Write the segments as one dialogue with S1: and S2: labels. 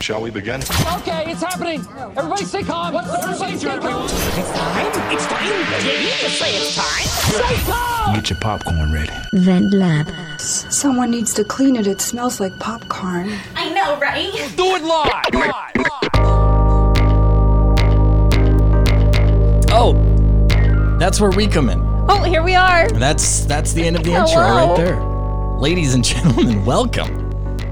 S1: Shall we begin?
S2: Okay, it's happening. Everybody stay calm. What's the procedure, everyone?
S3: It's time. It's time. Did you just say it's time?
S2: Stay calm.
S4: Get your popcorn ready.
S5: Vent Lab.
S6: Someone needs to clean it. It smells like popcorn.
S7: I know, right?
S2: Do it live. live, live.
S8: Oh, that's where we come in.
S7: Oh, here we are.
S8: That's that's the end of the intro
S7: Hello.
S8: right there. Ladies and gentlemen, welcome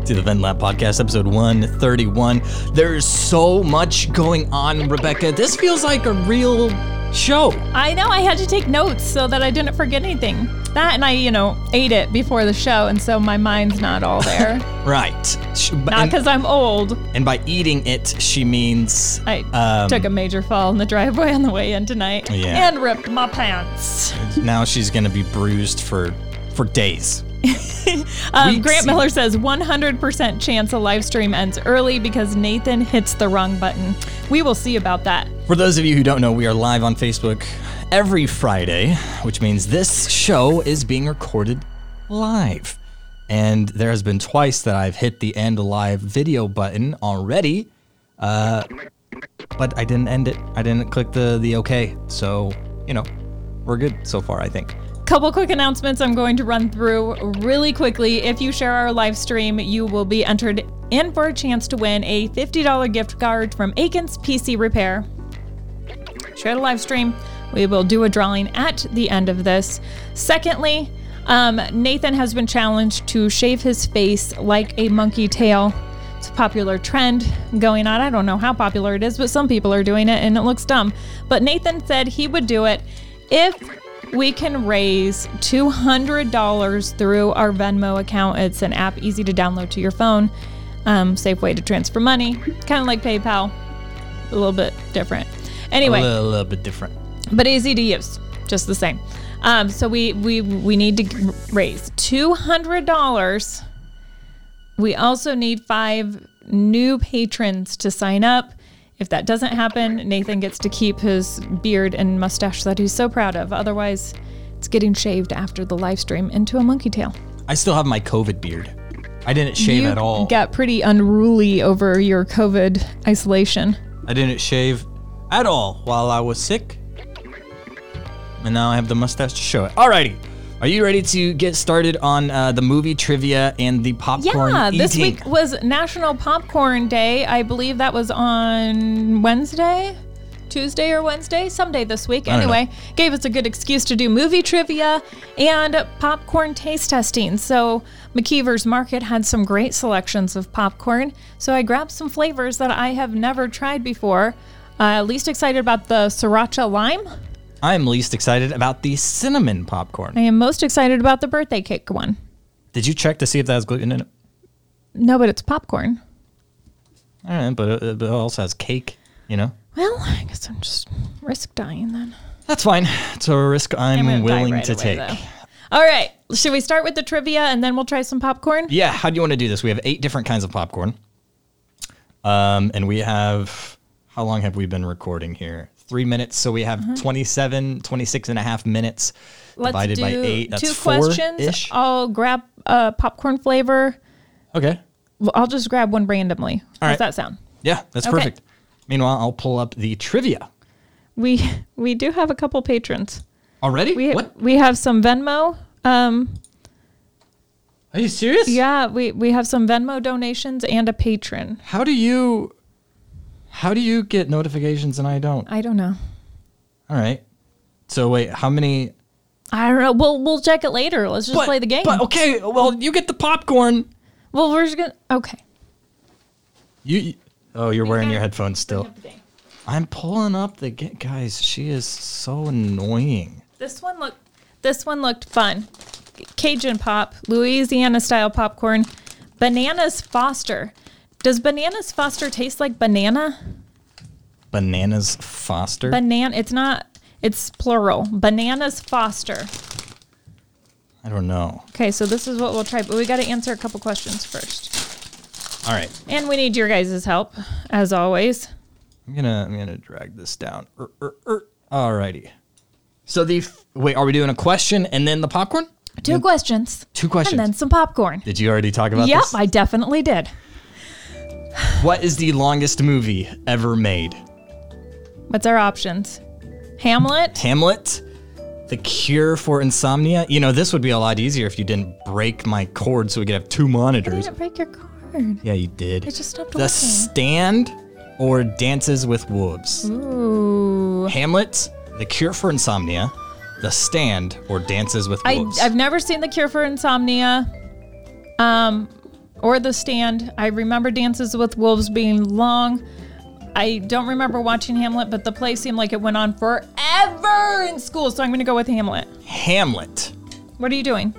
S8: to the Ven Lab Podcast, episode 131. There is so much going on, Rebecca. This feels like a real show.
S7: I know. I had to take notes so that I didn't forget anything. That and I, you know, ate it before the show, and so my mind's not all there.
S8: Right. Sh- b-
S7: not
S8: and,
S7: because I'm old.
S8: and by eating it, she means
S7: I
S8: Um,
S7: took a major fall in the driveway on the way in tonight
S8: Yeah.
S7: and ripped my pants.
S8: now she's going to be bruised for for days.
S7: Um,
S8: Weeks.
S7: Grant Miller says 100% chance a live stream ends early because Nathan hits the wrong button. We will see about that.
S8: For those of you who don't know, we are live on Facebook every Friday, which means this show is being recorded live. And there has been twice that I've hit the end live video button already, uh, but I didn't end it. I didn't click the the OK. So you know, we're good so far. I think.
S7: Couple quick announcements I'm going to run through really quickly. If you share our live stream, you will be entered in for a chance to win a $50 gift card from Aikens PC Repair. Share the live stream. We will do a drawing at the end of this. Secondly, um, Nathan has been challenged to shave his face like a monkey tail. It's a popular trend going on. I don't know how popular it is, but some people are doing it and it looks dumb. But Nathan said he would do it if we can raise $200 through our Venmo account. It's an app easy to download to your phone. Um, safe way to transfer money, kind of like PayPal, a little bit different. Anyway,
S8: A little, little bit different.
S7: but easy to use, just the same. Um, so we we we need to raise two hundred dollars. We also need five new patrons to sign up. If that doesn't happen, Nathan gets to keep his beard and mustache that he's so proud of. Otherwise, it's getting shaved after the live stream into a monkey tail.
S8: I still have my COVID beard. I didn't shave
S7: you
S8: at all.
S7: got pretty unruly over your COVID isolation.
S8: I didn't shave at all while I was sick. And now I have the mustache to show it. Alrighty. Are you ready to get started on uh, the movie trivia and the popcorn
S7: Yeah,
S8: eating?
S7: this week was National Popcorn Day. I believe that was on Wednesday, Tuesday or Wednesday, someday this week.
S8: don't know.
S7: Anyway, gave us a good excuse to do movie trivia and popcorn taste testing. So McKeever's Market had some great selections of popcorn. So I grabbed some flavors that I have never tried before. Uh, least excited about the sriracha lime.
S8: I'm least excited about the cinnamon popcorn.
S7: I am most excited about the birthday cake one.
S8: Did you check to see if that has gluten in it?
S7: No, but it's popcorn.
S8: All right, but it, but it also has cake, you know?
S7: Well, I guess I'm just risk dying then.
S8: That's fine. It's a risk I'm,
S7: I'm gonna die
S8: willing
S7: right
S8: to
S7: away,
S8: take.
S7: though. All right. Should we start with the trivia and then we'll try some popcorn?
S8: Yeah, how do you want to do this? We have eight different kinds of popcorn. Um, and we have, how long have we been recording here? Three minutes. So we have 27, 26 and a half minutes
S7: Mm-hmm. Let's
S8: divided
S7: do
S8: by eight. That's
S7: two questions.
S8: four-ish.
S7: I'll grab a popcorn flavor.
S8: Okay.
S7: Well, I'll just grab one randomly. How's
S8: right.
S7: that sound?
S8: Yeah, that's
S7: Okay.
S8: perfect. Meanwhile, I'll pull up the trivia.
S7: We we do have a couple patrons.
S8: Already?
S7: We
S8: what?
S7: we have some Venmo. Um,
S8: Are you serious?
S7: yeah, we we have some Venmo donations and a patron.
S8: How do you, how do you get notifications and I don't?
S7: I don't know.
S8: All right. So wait, how many?
S7: I don't know. We'll we'll check it later. Let's just
S8: But-
S7: play the game.
S8: But okay, well, you get the popcorn.
S7: Well, we're just gonna okay.
S8: You, you- oh, you're wearing your headphones still.
S7: Bring up the game.
S8: I'm pulling up the ga- guys. She is so annoying.
S7: This one looked this one looked fun. Cajun pop, Louisiana style popcorn, bananas Foster. Does bananas Foster taste like banana?
S8: Bananas Foster.
S7: Banana. It's not. It's plural. Bananas Foster.
S8: I don't know.
S7: Okay, so this is what we'll try, but we got to answer a couple questions first,
S8: All right,
S7: and we need your guys' help as always.
S8: I'm gonna I'm gonna drag this down. Er, er, er. Alrighty. So the f- wait, are we doing a question and then the popcorn?
S7: Two questions.
S8: Mm. Two questions.
S7: And then some popcorn.
S8: Did you already talk about
S7: Yep,
S8: this?
S7: I definitely did.
S8: What is the longest movie ever made?
S7: What's our options? Hamlet?
S8: Hamlet, The Cure for Insomnia. You know, this would be a lot easier if you didn't break my cord so we could have two
S7: I
S8: monitors.
S7: didn't break your card.
S8: Yeah, you did.
S7: It just stopped
S8: The
S7: working.
S8: Stand or Dances with Wolves?
S7: Ooh.
S8: Hamlet, The Cure for Insomnia, The Stand or Dances with
S7: I,
S8: Wolves?
S7: I've never seen The Cure for Insomnia um, or The Stand. I remember Dances with Wolves being long. I don't remember watching Hamlet, but the play seemed like it went on forever in school, so I'm going to go with Hamlet.
S8: Hamlet.
S7: What are you doing?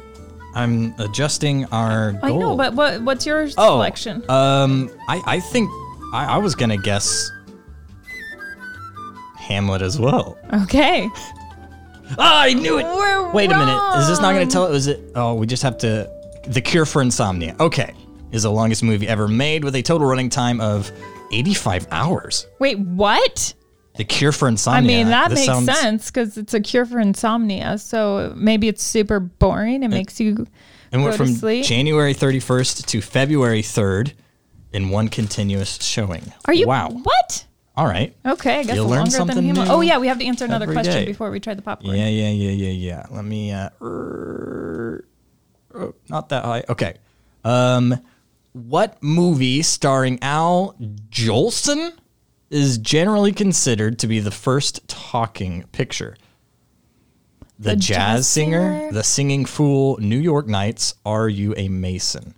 S8: I'm adjusting our goal.
S7: I know, but what, what's your
S8: oh,
S7: selection?
S8: Um, I, I think I, I was gonna guess Hamlet as well.
S7: okay.
S8: Ah, I knew it.
S7: We're
S8: Wait a minute. Is this not going
S7: wrong.
S8: to tell? Is it? Oh, we just have to. The Cure for Insomnia. Okay, is the longest movie ever made with a total running time of 85 hours.
S7: Wait, what?
S8: The Cure for
S7: I
S8: Insomnia.
S7: mean, that
S8: Oh, This
S7: makes
S8: sounds-
S7: sense because it's a cure for insomnia. So maybe it's super boring. It makes you.
S8: And went
S7: Go to
S8: from
S7: sleep.
S8: January 31st to February 3rd in one continuous showing.
S7: Are you?
S8: Wow.
S7: What?
S8: All right.
S7: Okay, I guess
S8: You learn
S7: longer than
S8: something
S7: Hamlet.
S8: new
S7: Oh yeah, we have to answer another
S8: every
S7: question
S8: day.
S7: before we try the popcorn.
S8: Yeah, yeah, yeah, yeah, yeah. Let me. Uh, er, oh, not that high. Okay. Um, what movie starring Al Jolson is generally considered to be the first talking picture? The, jazz,
S7: Jazz
S8: singer,
S7: Singer?
S8: The Singing Fool, New York Nights. Are you a Mason?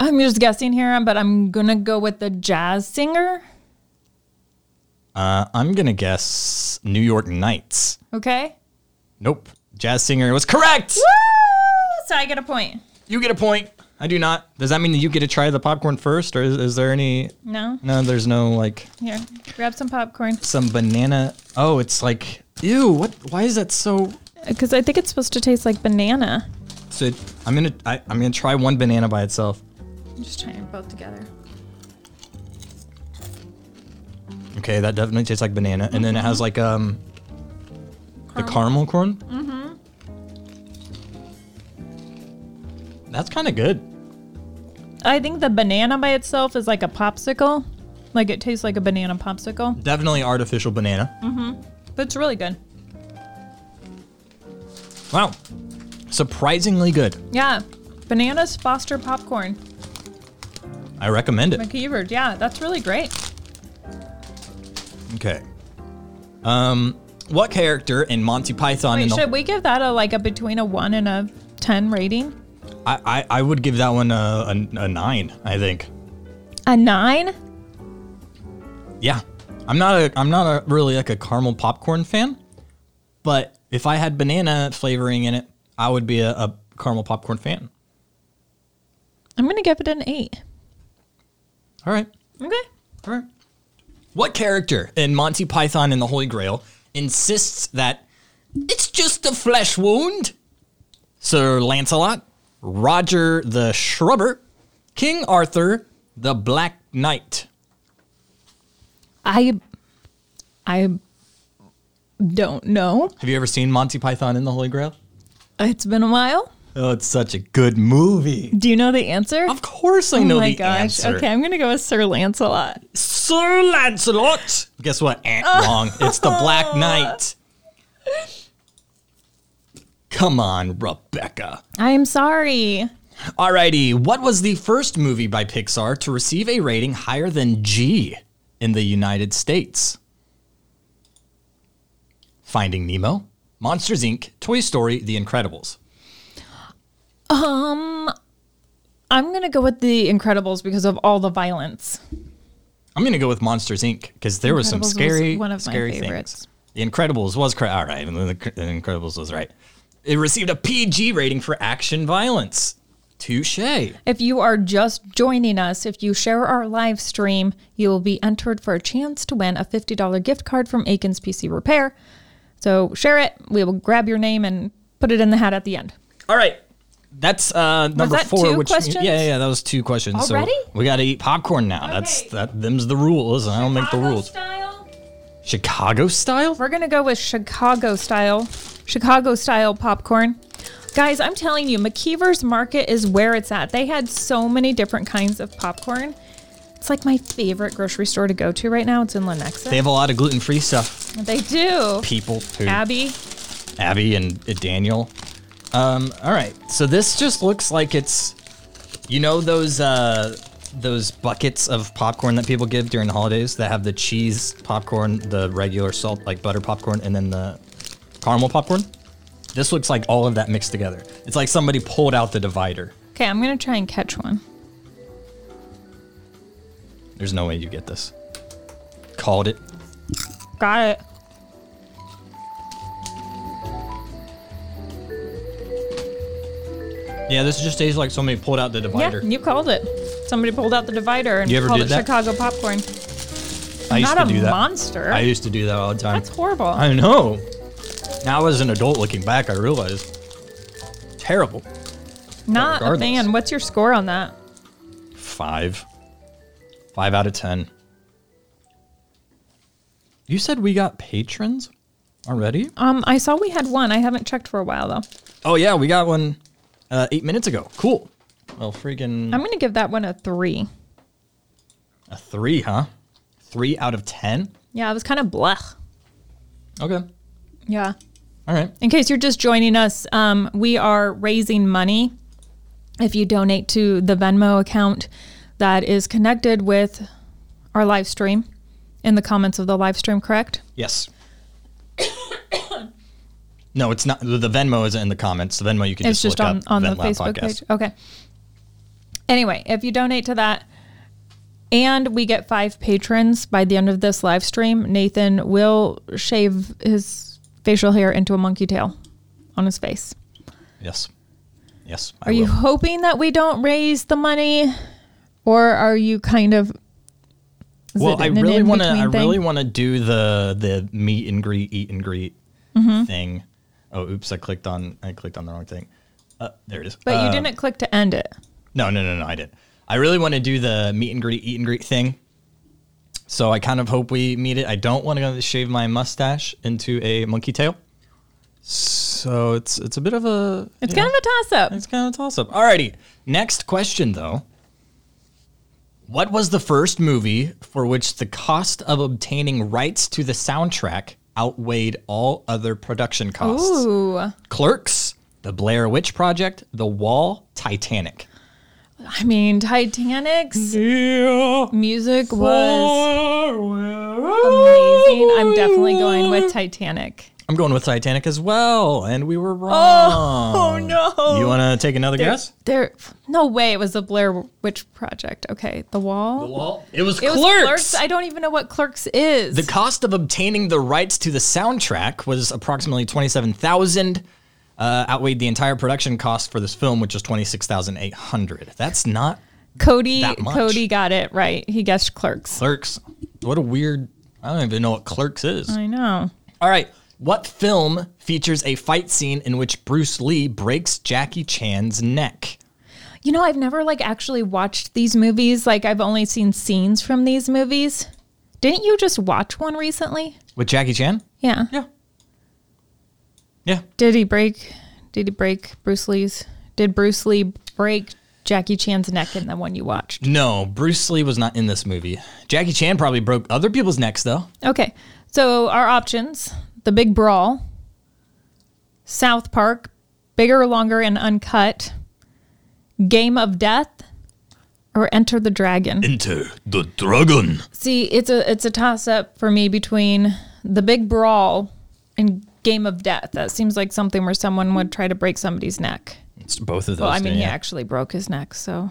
S7: I'm just guessing here, but I'm gonna go with the jazz singer.
S8: Uh, I'm gonna guess New York Nights.
S7: Okay.
S8: Nope. Jazz singer was correct.
S7: Oh, So I get a point.
S8: You get a point. I do not. Does that mean that you get to try the popcorn first, or is, is there any?
S7: No.
S8: No, there's no like
S7: Here, grab some popcorn
S8: some banana. Oh, it's like ew. What? Why is that so?
S7: because I think it's supposed to taste like banana.
S8: So it, I'm gonna I, I'm gonna try one banana by itself.
S7: I'm just trying both together.
S8: Okay, that definitely tastes like banana, and then it has like um the caramel corn. Mm-hmm. That's kind of good.
S7: I think the banana by itself is like a popsicle. Like it tastes like a banana popsicle,
S8: Definitely artificial banana.
S7: but it's really good.
S8: Wow, surprisingly good.
S7: Yeah. Bananas foster popcorn.
S8: I recommend it.
S7: McKeever. Yeah, that's really great.
S8: Okay. Um, what character in Monty Python?
S7: Wait,
S8: in the,
S7: should we give that a like a between a one and a ten rating?
S8: I, I I would give that one a, a, a nine. I think.
S7: A nine?
S8: Yeah, I'm not a I'm not a really like a caramel popcorn fan, but if I had banana flavoring in it, I would be a, a caramel popcorn fan.
S7: I'm gonna give it an eight.
S8: All right,
S7: Okay.
S8: all right. What character in Monty Python and the Holy Grail insists that it's just a flesh wound? Sir Lancelot, Roger the Shrubber, King Arthur, the Black Knight.
S7: I I don't know.
S8: Have you ever seen Monty Python and the Holy Grail?
S7: It's been a while.
S8: Oh, it's such a good movie.
S7: Do you know the answer?
S8: Of course, I
S7: oh
S8: know
S7: my
S8: the
S7: gosh.
S8: answer.
S7: Okay, I'm gonna go with Sir Lancelot.
S8: Sir Lancelot. Guess what? Eh,
S7: Oh.
S8: wrong. It's the Black Knight. Come on, Rebecca.
S7: I'm sorry.
S8: Alrighty, what was the first movie by Pixar to receive a rating higher than G in the United States? Finding Nemo, Monsters Inc., Toy Story, The Incredibles.
S7: I'm gonna go with the Incredibles because of all the violence.
S8: I'm gonna go with Monsters Inc. because there was some
S7: Incredibles was
S8: scary,
S7: one of my
S8: scary
S7: favorites.
S8: things. The Incredibles was cra- all right. and The The Incredibles was right. It received a PG rating for action violence. Touche.
S7: If you are just joining us, if you share our live stream, you will be entered for a chance to win a $50 gift card from Aikens PC Repair. So share it. We will grab your name and put it in the hat at the end.
S8: All right. That's uh, number
S7: that
S8: four.
S7: two
S8: which
S7: questions?
S8: yeah, yeah, yeah, that was two questions. so
S7: Already?
S8: we got to eat popcorn now. That's
S7: Okay.
S8: that. Them's the rules. and I don't make the rules. Chicago style.
S7: We're going to go with Chicago style, Chicago style popcorn. Guys, I'm telling you, McKeever's Market is where it's at. They had so many different kinds of popcorn. It's like my favorite grocery store to go to right now. It's in Lenexa.
S8: They have a lot of gluten free stuff.
S7: They do.
S8: People too.
S7: Abby,
S8: Abby and uh, Daniel. Um, all right. So this just looks like it's, you know, those uh, those buckets of popcorn that people give during the holidays that have the cheese popcorn, the regular salt like butter popcorn, and then the caramel popcorn. This looks like all of that mixed together. It's like somebody pulled out the divider.
S7: Okay, I'm gonna try and catch one.
S8: There's no way you get this. Called it.
S7: Got it.
S8: Yeah, this just tastes like somebody pulled out the divider.
S7: Yeah, you called it. Somebody pulled out the divider and
S8: You ever
S7: called
S8: did
S7: it
S8: that?
S7: Chicago popcorn.
S8: I used
S7: Not
S8: to
S7: a
S8: do that.
S7: monster.
S8: I used to do that all the time.
S7: That's horrible.
S8: I know. Now, as an adult looking back, I realized terrible.
S7: Not a
S8: regardless.
S7: fan. What's your score on that?
S8: Five. Five out of ten. You said we got patrons already?
S7: Um, I saw we had one. I haven't checked for a while though.
S8: Oh, yeah, we got one uh, eight minutes ago. Cool. Well, freaking
S7: I'm gonna give that one a three.
S8: a three, huh? Three out of ten?
S7: Yeah, it was kind of blech.
S8: Okay.
S7: Yeah.
S8: All right.
S7: In case you're just joining us, um, we are raising money. If you donate to the Venmo account that is connected with our live stream in the comments of the live stream, correct?
S8: Yes. no, it's not. The the Venmo isn't in the comments. The Venmo you can
S7: It's
S8: just,
S7: just
S8: look
S7: on,
S8: up.
S7: on the
S8: Vent Lab
S7: Facebook
S8: Podcast.
S7: page. Okay. Anyway, if you donate to that and we get five patrons by the end of this live stream, Nathan will shave his facial hair into a monkey tail on his face.
S8: Yes. Yes. I
S7: Are you
S8: will.
S7: hoping that we don't raise the money, or are you kind of? is
S8: Well,
S7: it
S8: I
S7: an
S8: really want to. I
S7: in-between thing?
S8: really want to do the the meet and greet, eat and greet
S7: Mm-hmm.
S8: thing. Oh, oops! I clicked on. I clicked on the wrong thing. Uh, there it is.
S7: But
S8: Uh,
S7: you didn't click to end it.
S8: No, no, no, no. I didn't. I really want to do the meet and greet, eat and greet thing. So I kind of hope we meet it. I don't want to shave my mustache into a monkey tail. So it's it's a bit of a
S7: It's
S8: you know.
S7: kind of a toss-up.
S8: It's kind of a toss up. Alrighty. Next question, though. What was the first movie for which the cost of obtaining rights to the soundtrack outweighed all other production costs?
S7: Ooh,
S8: Clerks, The Blair Witch Project, The Wall, Titanic.
S7: I mean, Titanic's music was amazing.
S8: Amazing.
S7: I'm definitely going with Titanic.
S8: I'm going with Titanic as well, and we were wrong.
S7: Oh no!
S8: You want to take another guess?
S7: There, no way. It was the Blair Witch Project. Okay, the wall. The
S8: Well, it was
S7: It was
S8: Clerks.
S7: Clerks. I don't even know what Clerks is.
S8: The cost of obtaining the rights to the soundtrack was approximately twenty-seven thousand, uh, outweighed the entire production cost for this film, which was twenty-six thousand eight hundred. That's not
S7: Cody.
S8: that much.
S7: Cody got it right. He guessed Clerks.
S8: Clerks. What a weird. I don't even know what Clerks is.
S7: I know.
S8: All right. What film features a fight scene in which Bruce Lee breaks Jackie Chan's neck?
S7: You know, I've never like actually watched these movies. Like I've only seen scenes from these movies. Didn't you just watch one recently?
S8: With Jackie Chan?
S7: Yeah.
S8: Yeah. Yeah.
S7: Did he break? Did he break Bruce Lee's? Did Bruce Lee break Jackie Chan's neck in the one you watched?
S8: No, Bruce Lee was not in this movie. Jackie Chan probably broke other people's necks though.
S7: Okay. So our options: The Big Brawl, South Park, Bigger, Longer, and Uncut, Game of Death, or Enter the Dragon.
S8: Enter the dragon.
S7: See, it's a it's a toss up for me between the big brawl and Game of Death. That seems like something where someone would try to break somebody's neck.
S8: It's both of those.
S7: Well, I mean,
S8: yeah.
S7: he actually broke his neck, so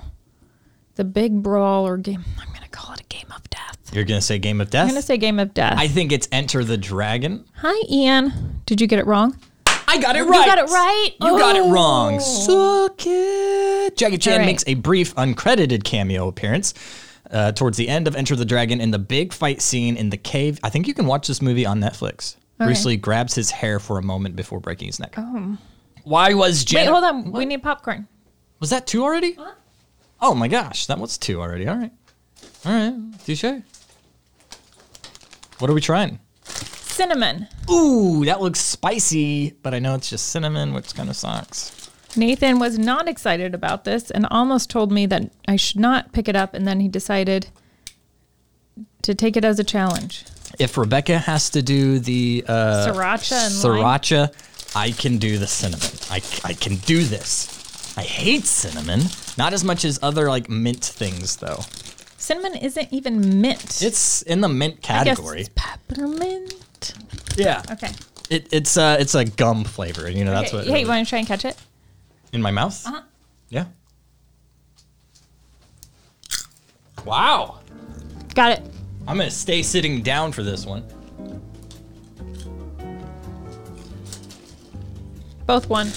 S7: the big brawl or game. I'm gonna call it a Game of Death.
S8: You're gonna say Game of Death.
S7: I'm gonna say Game of Death.
S8: I think it's Enter the Dragon.
S7: Hi, Ian. Did you get it wrong?
S8: I got it right.
S7: You got it right.
S8: You got it
S7: Oh.
S8: wrong. Suck it. Jackie Chan
S7: All right.
S8: makes a brief uncredited cameo appearance uh, towards the end of Enter the Dragon in the big fight scene in the cave. I think you can watch this movie on Netflix. Bruce
S7: Okay. Oh.
S8: Lee grabs his hair for a moment before breaking his neck. Why was
S7: Wait,
S8: Jen?
S7: hold on. We need popcorn.
S8: Was that two already? Oh my gosh, that was two already. All right. All right. Touche. What are we trying?
S7: Cinnamon.
S8: Ooh, that looks spicy, but I know it's just cinnamon, which kind of sucks.
S7: Nathan was not excited about this and almost told me that I should not pick it up, and then he decided to take it as a challenge.
S8: If Rebecca has to do the uh,
S7: Sriracha and lime.
S8: sriracha, I can do the cinnamon. I, c- I can do this. I hate cinnamon, not as much as other like mint things though.
S7: Cinnamon isn't even mint.
S8: It's in the mint
S7: I guess
S8: category.
S7: it's peppermint.
S8: Yeah.
S7: Okay.
S8: It, it's uh it's a gum flavor. You know that's
S7: okay.
S8: what.
S7: Hey,
S8: it-
S7: want to try and catch it?
S8: in my mouth.
S7: Uh-huh.
S8: Yeah. Wow.
S7: Got it.
S8: I'm gonna stay sitting down for this one.
S7: Both won.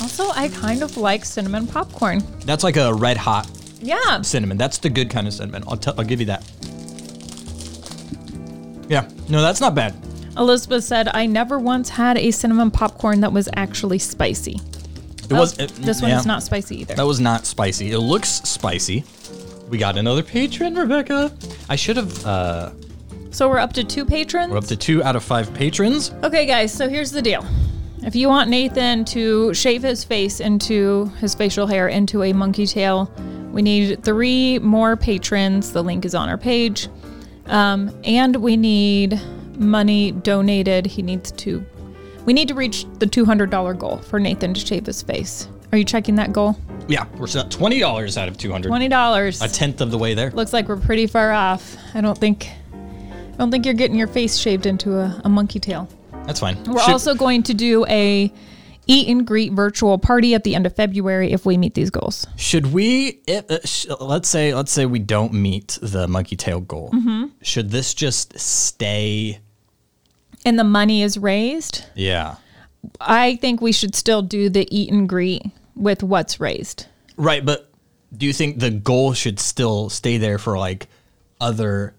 S7: Also, I kind of like cinnamon popcorn.
S8: That's like a red hot
S7: Yeah.
S8: cinnamon. That's the good kind of cinnamon. I'll tell. I'll give you that. Yeah. No, that's not bad.
S7: Elizabeth said, I never once had a cinnamon popcorn that was actually spicy.
S8: It was. it-
S7: Oh, this one
S8: yeah.
S7: is not spicy either.
S8: That was not spicy. It looks spicy. We got another patron, Rebecca. I should have. Uh,
S7: So we're up to two patrons.
S8: we're up to two out of five patrons.
S7: Okay, guys, so here's the deal. If you want Nathan to shave his face into his facial hair into a monkey tail, we need three more patrons. The link is on our page. Um, and we need money donated. He needs to, we need to reach the $200 goal for Nathan to shave his face. Are you checking that goal?
S8: Yeah, we're still at twenty dollars out of two hundred.
S7: $20.
S8: A tenth of the way there.
S7: Looks like we're pretty far off. I don't think, I don't think you're getting your face shaved into a, a monkey tail.
S8: That's fine.
S7: We're
S8: Should-
S7: also going to do a eat and greet virtual party at the end of February if we meet these goals.
S8: Should we? If, uh, sh- let's say, let's say we don't meet the monkey tail goal.
S7: Mm-hmm.
S8: Should this just stay?
S7: And the money is raised.
S8: Yeah.
S7: I think we should still do the eat and greet with what's raised.
S8: Right, but do you think the goal should still stay there for like other?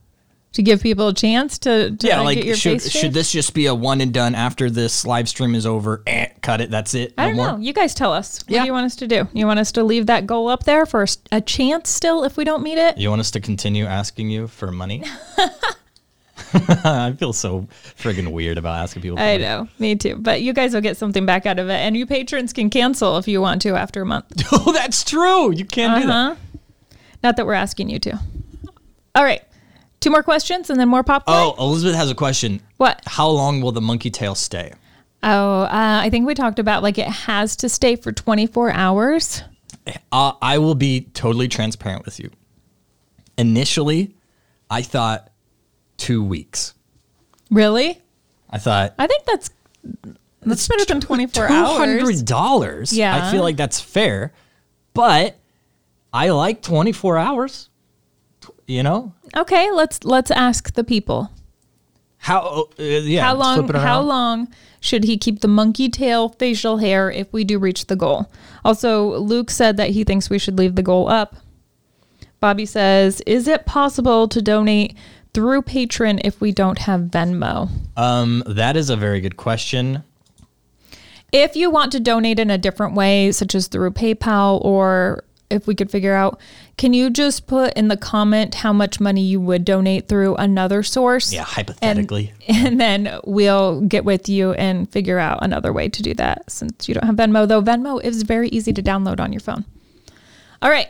S7: To give people a chance to, to
S8: Yeah, like
S7: like, get your
S8: should
S7: face
S8: should
S7: shaved?
S8: this just be a one and done after this live stream is over? Eh, cut it. That's it.
S7: I don't know. You guys tell us. What do you want us to do? You want us to leave that goal up there for a s- a chance still if we don't meet it?
S8: You want us to continue asking you for money? I feel so friggin' weird about asking people. For
S7: I
S8: money.
S7: know. Me too. But you guys will get something back out of it. And you patrons can cancel if you want to after a month.
S8: oh, that's true. You can't do that.
S7: Uh-huh. Not that we're asking you to. All right. Two more questions and then more popcorn.
S8: Oh, Elizabeth has a question.
S7: Uh-huh. What?
S8: How long will the monkey tail stay?
S7: Oh, uh, I think we talked about like it has to stay for 24 hours.
S8: Uh, I will be totally transparent with you. Initially, I thought two weeks.
S7: Really?
S8: I thought
S7: I think that's that's better than 24
S8: two
S7: hours.
S8: hundred dollars.
S7: Yeah.
S8: I feel like that's fair, but I like twenty four hours. You know
S7: Okay, let's let's ask the people.
S8: how? Uh, yeah.
S7: How long
S8: flip it
S7: how
S8: around.
S7: long should he keep the monkey tail facial hair if we do reach the goal? Also, Luke said that he thinks we should leave the goal up. Bobby says, "Is it possible to donate through Patreon if we don't have Venmo?"
S8: Um, that is a very good question.
S7: If you want to donate in a different way, such as through PayPal, or if we could figure out, can you just put in the comment how much money you would donate through another source?
S8: Yeah, hypothetically.
S7: And then we'll get with you and figure out another way to do that since you don't have Venmo, though Venmo is very easy to download on your phone. All right.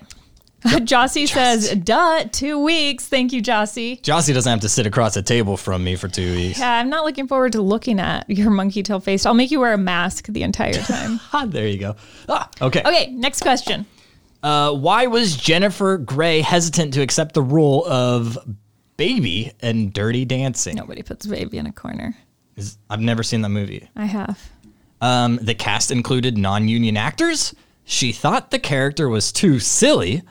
S7: Jossie says, duh, two weeks. Thank you, Jossie.
S8: Jossie doesn't have to sit across a table from me for two weeks.
S7: Yeah, I'm not looking forward to looking at your monkey tail face. I'll make you wear a mask the entire time.
S8: Ah, there you go. Ah, okay.
S7: okay, next question.
S8: Uh, why was Jennifer Gray hesitant to accept the role of baby in Dirty Dancing?
S7: Nobody puts baby in a corner.
S8: Is- I've never seen that movie.
S7: I have.
S8: Um, the cast included non union actors. She thought the character was too silly.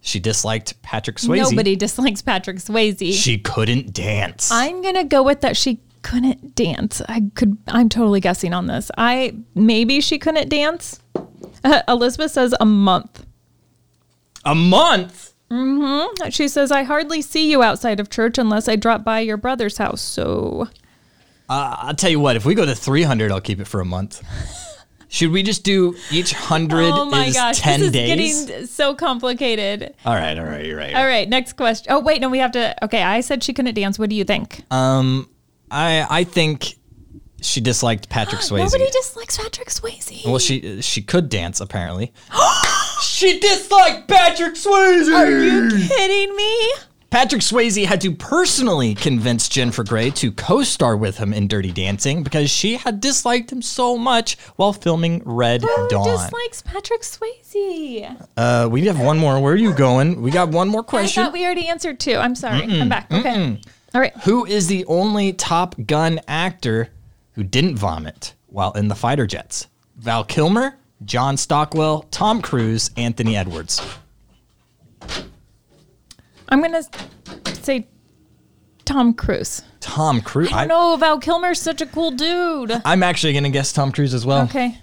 S8: She disliked Patrick Swayze.
S7: Nobody dislikes Patrick Swayze.
S8: She couldn't dance.
S7: I'm gonna go with that she couldn't dance. I could. I'm totally guessing on this. I maybe she couldn't dance. Uh, Elizabeth says a month.
S8: a month?
S7: She says I hardly see you outside of church unless I drop by your brother's house. So
S8: I'll tell you what, if we go to 300, I'll keep it for a month. Should we just do each 100
S7: oh my
S8: is
S7: gosh,
S8: 10
S7: this
S8: days?
S7: is getting so complicated.
S8: All right, all right, you're right.
S7: All right, next question. Oh wait, no, we have to. Okay, I said she couldn't dance. What do you think?
S8: I, I think she disliked Patrick Swayze.
S7: Nobody dislikes Patrick Swayze.
S8: Well, she she could dance apparently. she disliked Patrick Swayze.
S7: Are you kidding me?
S8: Patrick Swayze had to personally convince Jennifer Grey to co star with him in Dirty Dancing because she had disliked him so much while filming Red Dawn.
S7: dislikes Patrick Swayze?
S8: Uh, we have one more. Where are you going? We got one more
S7: I
S8: question.
S7: thought we already answered two. I'm sorry. I'm back. Okay. All right.
S8: Who is the only Top Gun actor who didn't vomit while in the fighter jets? Val Kilmer, John Stockwell, Tom Cruise, Anthony Edwards.
S7: I'm gonna s- say Tom Cruise.
S8: Tom Cruise.
S7: I know Val Kilmer's such a cool dude.
S8: I'm actually going to guess Tom Cruise as well.
S7: Okay.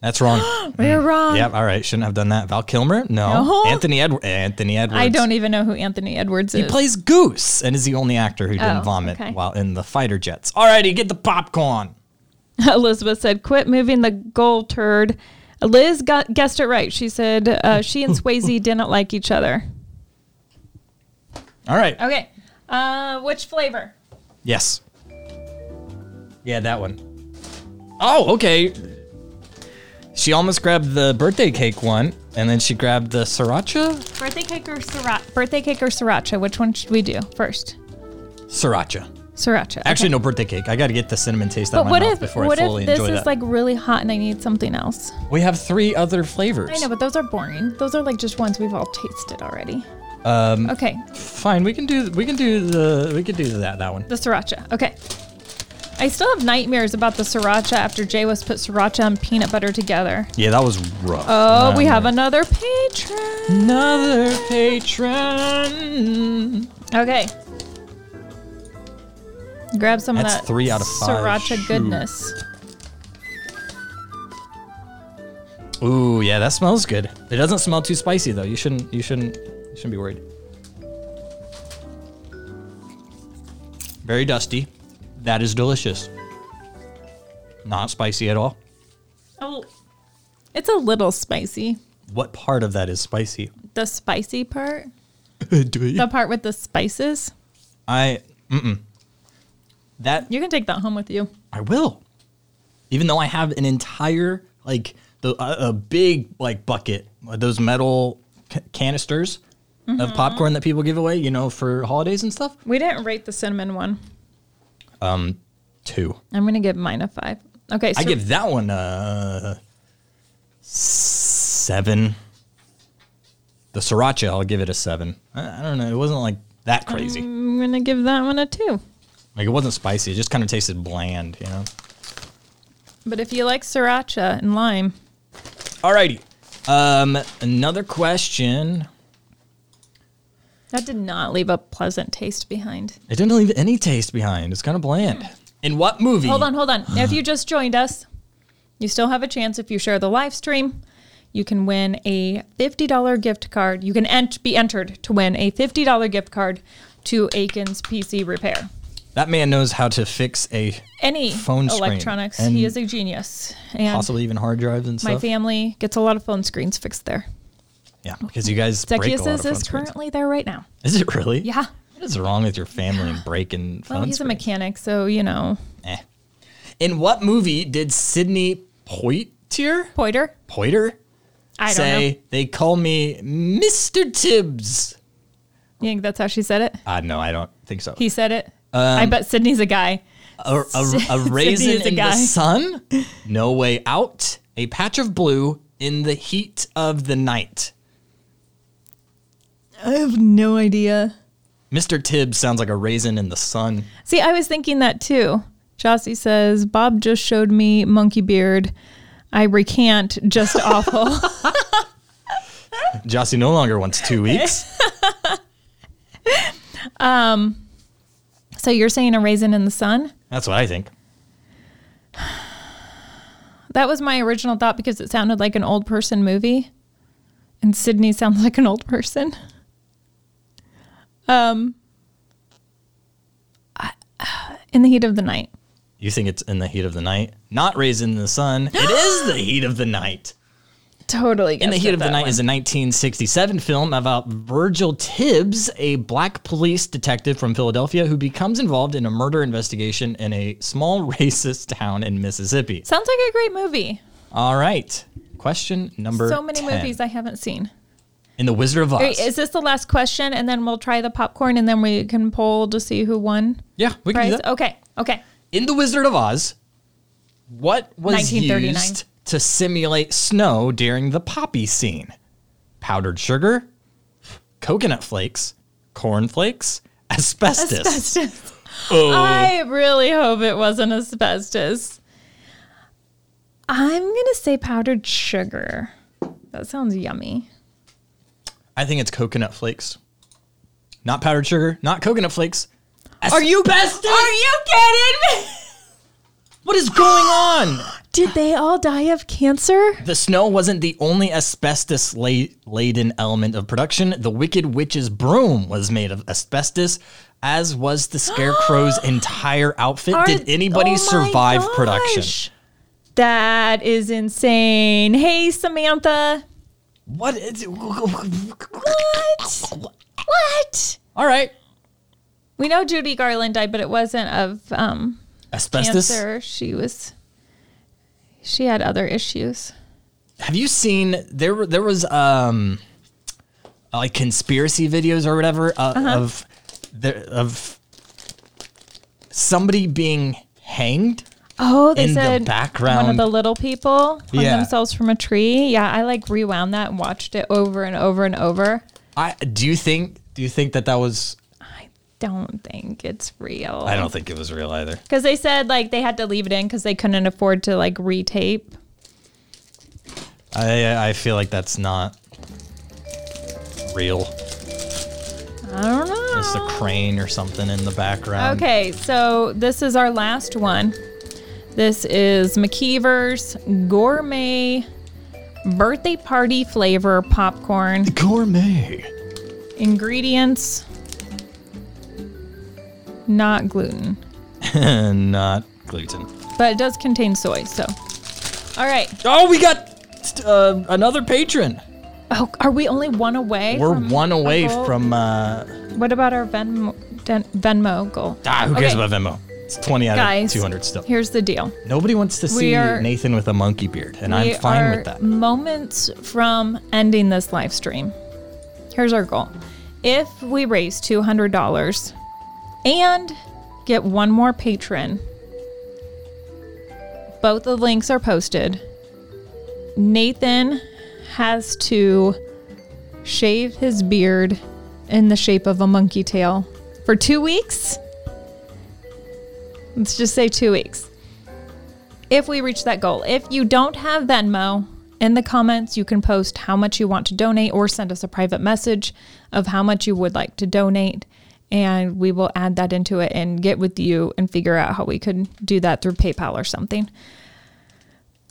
S8: That's wrong.
S7: We're wrong.
S8: Mm. yep. All right. Shouldn't have done that. Val Kilmer? No.
S7: No.
S8: Anthony Edwards. Anthony Edwards.
S7: I don't even know who Anthony Edwards is.
S8: He plays Goose and is the only actor who didn't
S7: Oh,
S8: vomit
S7: okay.
S8: while in the fighter jets. Alrighty, get the popcorn.
S7: Elizabeth said, "Quit moving the goal turd." Liz got guessed it right. She said uh, she and Swayze didn't like each other.
S8: All right.
S7: Okay. Uh, which flavor?
S8: Yes. Yeah, that one. Oh, okay. She almost grabbed the birthday cake one, and then she grabbed the sriracha.
S7: Birthday cake or sriracha? Birthday cake or sriracha? Which one should we do first?
S8: Sriracha.
S7: Sriracha. okay.
S8: Actually, no birthday cake. I got to get the cinnamon taste out of
S7: But
S8: my
S7: what
S8: mouth
S7: if
S8: before
S7: what
S8: I fully
S7: if this
S8: enjoy
S7: is
S8: that.
S7: like really hot and I need something else?
S8: we have three other flavors.
S7: I know, but those are boring. Those are like just ones we've all tasted already. Um, okay,
S8: Fine, we can do we can do the we can do that that one.
S7: the sriracha. Okay. I still have nightmares about the sriracha after Jay was put sriracha and peanut butter together.
S8: Yeah, that was rough.
S7: Oh, we have another patron.
S8: another patron.
S7: Okay. Grab some
S8: That's
S7: of that
S8: three out of five.
S7: sriracha
S8: Shoot.
S7: goodness.
S8: Ooh, yeah, that smells good. It doesn't smell too spicy though. You shouldn't you shouldn't you shouldn't be worried. Very dusty. That is delicious. Not spicy at all.
S7: Oh, it's a little spicy.
S8: What part of that is spicy?
S7: The spicy part, the part with the spices.
S8: I mm-mm. That
S7: You can take that home with you.
S8: I will. Even though I have an entire like the a, a big like bucket those metal ca- canisters of popcorn that people give away, you know, for holidays and stuff.
S7: We didn't rate the cinnamon one.
S8: Two.
S7: I'm gonna give mine a five. Okay, so
S8: I give that one a seven. The sriracha, I'll give it a seven. I, I don't know. It wasn't like that crazy.
S7: I'm gonna give that one a two.
S8: like it wasn't spicy. It just kind of tasted bland, you know.
S7: But if you like sriracha and lime,
S8: Alrighty. Um, another question.
S7: that did not leave a pleasant taste behind.
S8: It didn't leave any taste behind. It's kind of bland. Hmm. In what movie?
S7: Hold on, hold on. if you just joined us, you still have a chance if you share the live stream. You can win a $50 gift card. You can ent- be entered to win a $50 gift card to Aikens PC Repair.
S8: That man knows how to fix a
S7: Any
S8: Phone screen
S7: electronics.
S8: and
S7: He is a genius. And
S8: possibly even hard drives and
S7: my
S8: stuff.
S7: family gets a lot of phone screens fixed there.
S8: yeah, because you guys break a lot of
S7: Zekias
S8: phone
S7: is
S8: screens.
S7: currently there right now.
S8: Is it really?
S7: Yeah.
S8: What is wrong with your family and breaking
S7: Well,
S8: phone
S7: he's a
S8: screens?
S7: mechanic, so you know.
S8: Eh. In what movie did Sidney Poitier
S7: Poiter?
S8: Poitier
S7: I don't know.
S8: say they call me Mr. Tibbs?
S7: You think that's how she said it?
S8: Uh, no, I don't think so.
S7: He said it. I
S8: Um,
S7: bet Sydney's a guy.
S8: a, a, a raisin
S7: is a
S8: in
S7: guy.
S8: the sun, no way out, a patch of blue in the heat of the night.
S7: I have no idea.
S8: Mr. Tibbs sounds like a raisin in the sun.
S7: See, I was thinking that too. Jossie says, Bob just showed me monkey beard. I recant, just awful.
S8: Jossie no longer wants two weeks.
S7: So you're saying a raisin in the sun?
S8: That's what I think.
S7: That was my original thought because it sounded like an old person movie. And Sydney sounds like an old person. Um I- in the heat of the night.
S8: You think it's in the heat of the night? Not raisin in the sun. It is the heat of the night.
S7: Totally.
S8: In the Heat of the Night is a 1967 film about Virgil Tibbs, a black police detective from Philadelphia who becomes involved in a murder investigation in a small racist town in Mississippi.
S7: Sounds like a great movie.
S8: All right. Question number
S7: So many
S8: 10.
S7: movies I haven't seen.
S8: in The Wizard of Oz.
S7: Wait, Is this the last question? And then we'll try the popcorn and then we can poll to see who won.
S8: yeah, we can do
S7: Prize?
S8: that.
S7: Okay. Okay.
S8: In The Wizard of Oz, what was
S7: 1939.
S8: used to simulate snow during the poppy scene? Powdered sugar, coconut flakes, corn flakes, asbestos.
S7: Asbestos. I really hope it wasn't asbestos. I'm going to say powdered sugar. That sounds yummy.
S8: I think it's coconut flakes. Not powdered sugar, not coconut flakes.
S7: Are you best? Are you kidding me?
S8: What is going on?
S7: Did they all die of cancer?
S8: The snow wasn't the only asbestos la- laden element of production. The Wicked Witch's broom was made of asbestos, as was the Scarecrow's entire outfit.
S7: Are-
S8: Did anybody
S7: oh my
S8: survive production?
S7: gosh. That is insane. Hey, Samantha.
S8: What is
S7: What? What?
S8: All right.
S7: We know Judy Garland died, but it wasn't of um,
S8: Asbestos.
S7: cancer. She was, she had other issues.
S8: Have you seen there were there was um like conspiracy videos or whatever uh,
S7: Uh-huh.
S8: of there of somebody being hanged?
S7: Oh, they
S8: In the
S7: said
S8: background.
S7: one of the little people hung
S8: Yeah.
S7: themselves from a tree. Yeah, I like rewound that and watched it over and over and over.
S8: I do you think do you think that that was
S7: Don't think it's real.
S8: I don't think it was real either.
S7: Because they said like they had to leave it in because they couldn't afford to like retape.
S8: I I feel like that's not real.
S7: I don't know.
S8: It's a crane or something in the background.
S7: Okay, so this is our last one. This is McKeever's gourmet birthday party flavor popcorn.
S8: Gourmet.
S7: Ingredients not gluten,
S8: And not gluten.
S7: but it does contain soy, so. All right.
S8: Oh, we got uh, another patron.
S7: Oh, are we only one away?
S8: We're
S7: from
S8: one
S7: a
S8: away
S7: goal?
S8: from uh,
S7: What about our Venmo, Den- Venmo goal?
S8: Ah, who cares
S7: Okay.
S8: about Venmo? It's 20 out
S7: Guys,
S8: of 200 still.
S7: Here's the deal.
S8: Nobody wants to see
S7: are-
S8: Nathan with a monkey beard, and
S7: we
S8: I'm fine
S7: are
S8: with that.
S7: moments from ending this live stream. Here's our goal. If we raise $200 and get one more patron, both the links are posted. Nathan has to shave his beard in the shape of a monkey tail for two weeks. Let's just say two weeks if we reach that goal. If you don't have Venmo, in the comments, you can post how much you want to donate or send us a private message of how much you would like to donate. And we will add that into it and get with you and figure out how we could do that through PayPal or something.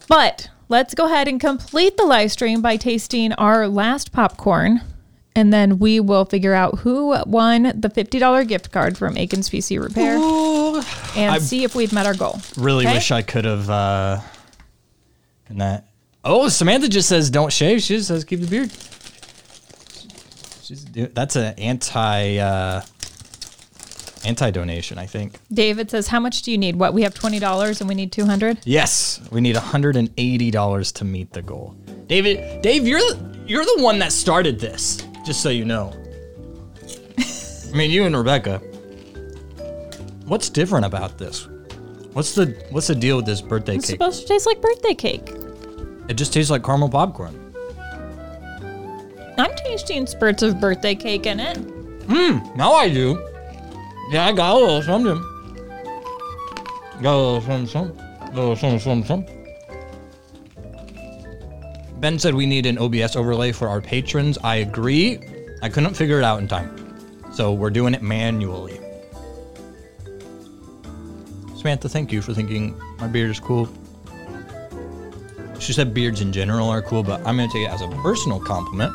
S7: But let's go ahead and complete the live stream by tasting our last popcorn. And then we will figure out who won the $50 gift card from Aiken's PC Repair and see if we've met our goal.
S8: Really
S7: Okay?
S8: wish I could have. Uh, done that. Oh, Samantha just says don't shave. She just says keep the beard. She's do- that's an anti uh, anti donation, I think.
S7: David says, "How much do you need? What we have twenty dollars and we need two hundred.
S8: Yes, we need $180 to meet the goal. David, Dave, you're the, you're the one that started this, just so you know. I mean, you and Rebecca. What's different about this? What's the what's the deal with this birthday
S7: It's
S8: cake?
S7: supposed to taste like birthday cake.
S8: it just tastes like caramel popcorn.
S7: I'm tasting spurts of birthday cake in it.
S8: Now I do. Yeah, I got a little something. Got a little something, something. Little something, something, something. Ben said we need an OBS overlay for our patrons. I agree. I couldn't figure it out in time. So we're doing it manually. Samantha, thank you for thinking my beard is cool. She said beards in general are cool, but I'm going to take it as a personal compliment.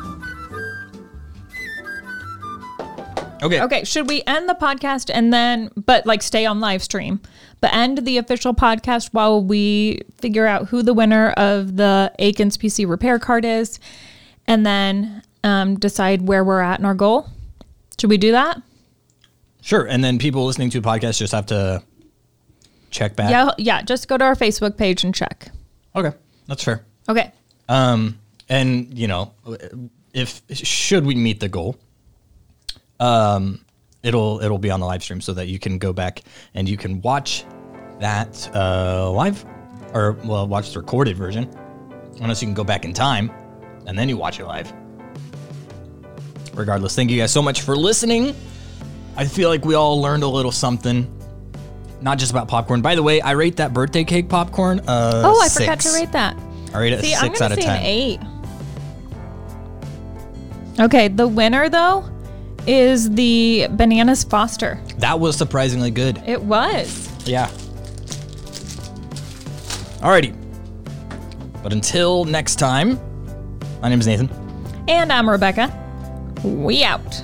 S8: Okay.
S7: Okay, should we end the podcast and then, but like stay on live stream, but end the official podcast while we figure out who the winner of the Aikens PC repair card is, and then um, decide where we're at in our goal? Should we do that?
S8: Sure, and then people listening to podcasts just have to check back.
S7: Yeah, yeah. Just go to our Facebook page and check.
S8: Okay, that's fair.
S7: Okay.
S8: Um, and you know, if should we meet the goal, um, it'll it'll be on the live stream so that you can go back and you can watch that uh, live or well watch the recorded version unless you can go back in time and then you watch it live regardless thank you guys so much for listening i feel like we all learned a little something not just about popcorn by the way i rate that birthday cake popcorn uh,
S7: Oh, I
S8: six.
S7: forgot to rate that.
S8: i rate it
S7: See,
S8: 6
S7: I'm
S8: out
S7: gonna
S8: of
S7: say an
S8: 10
S7: eight. Okay, the winner though is the bananas Foster.
S8: that was surprisingly good
S7: It was.
S8: Yeah. Alrighty. But until next time, my name is Nathan.
S7: And I'm Rebecca. We out.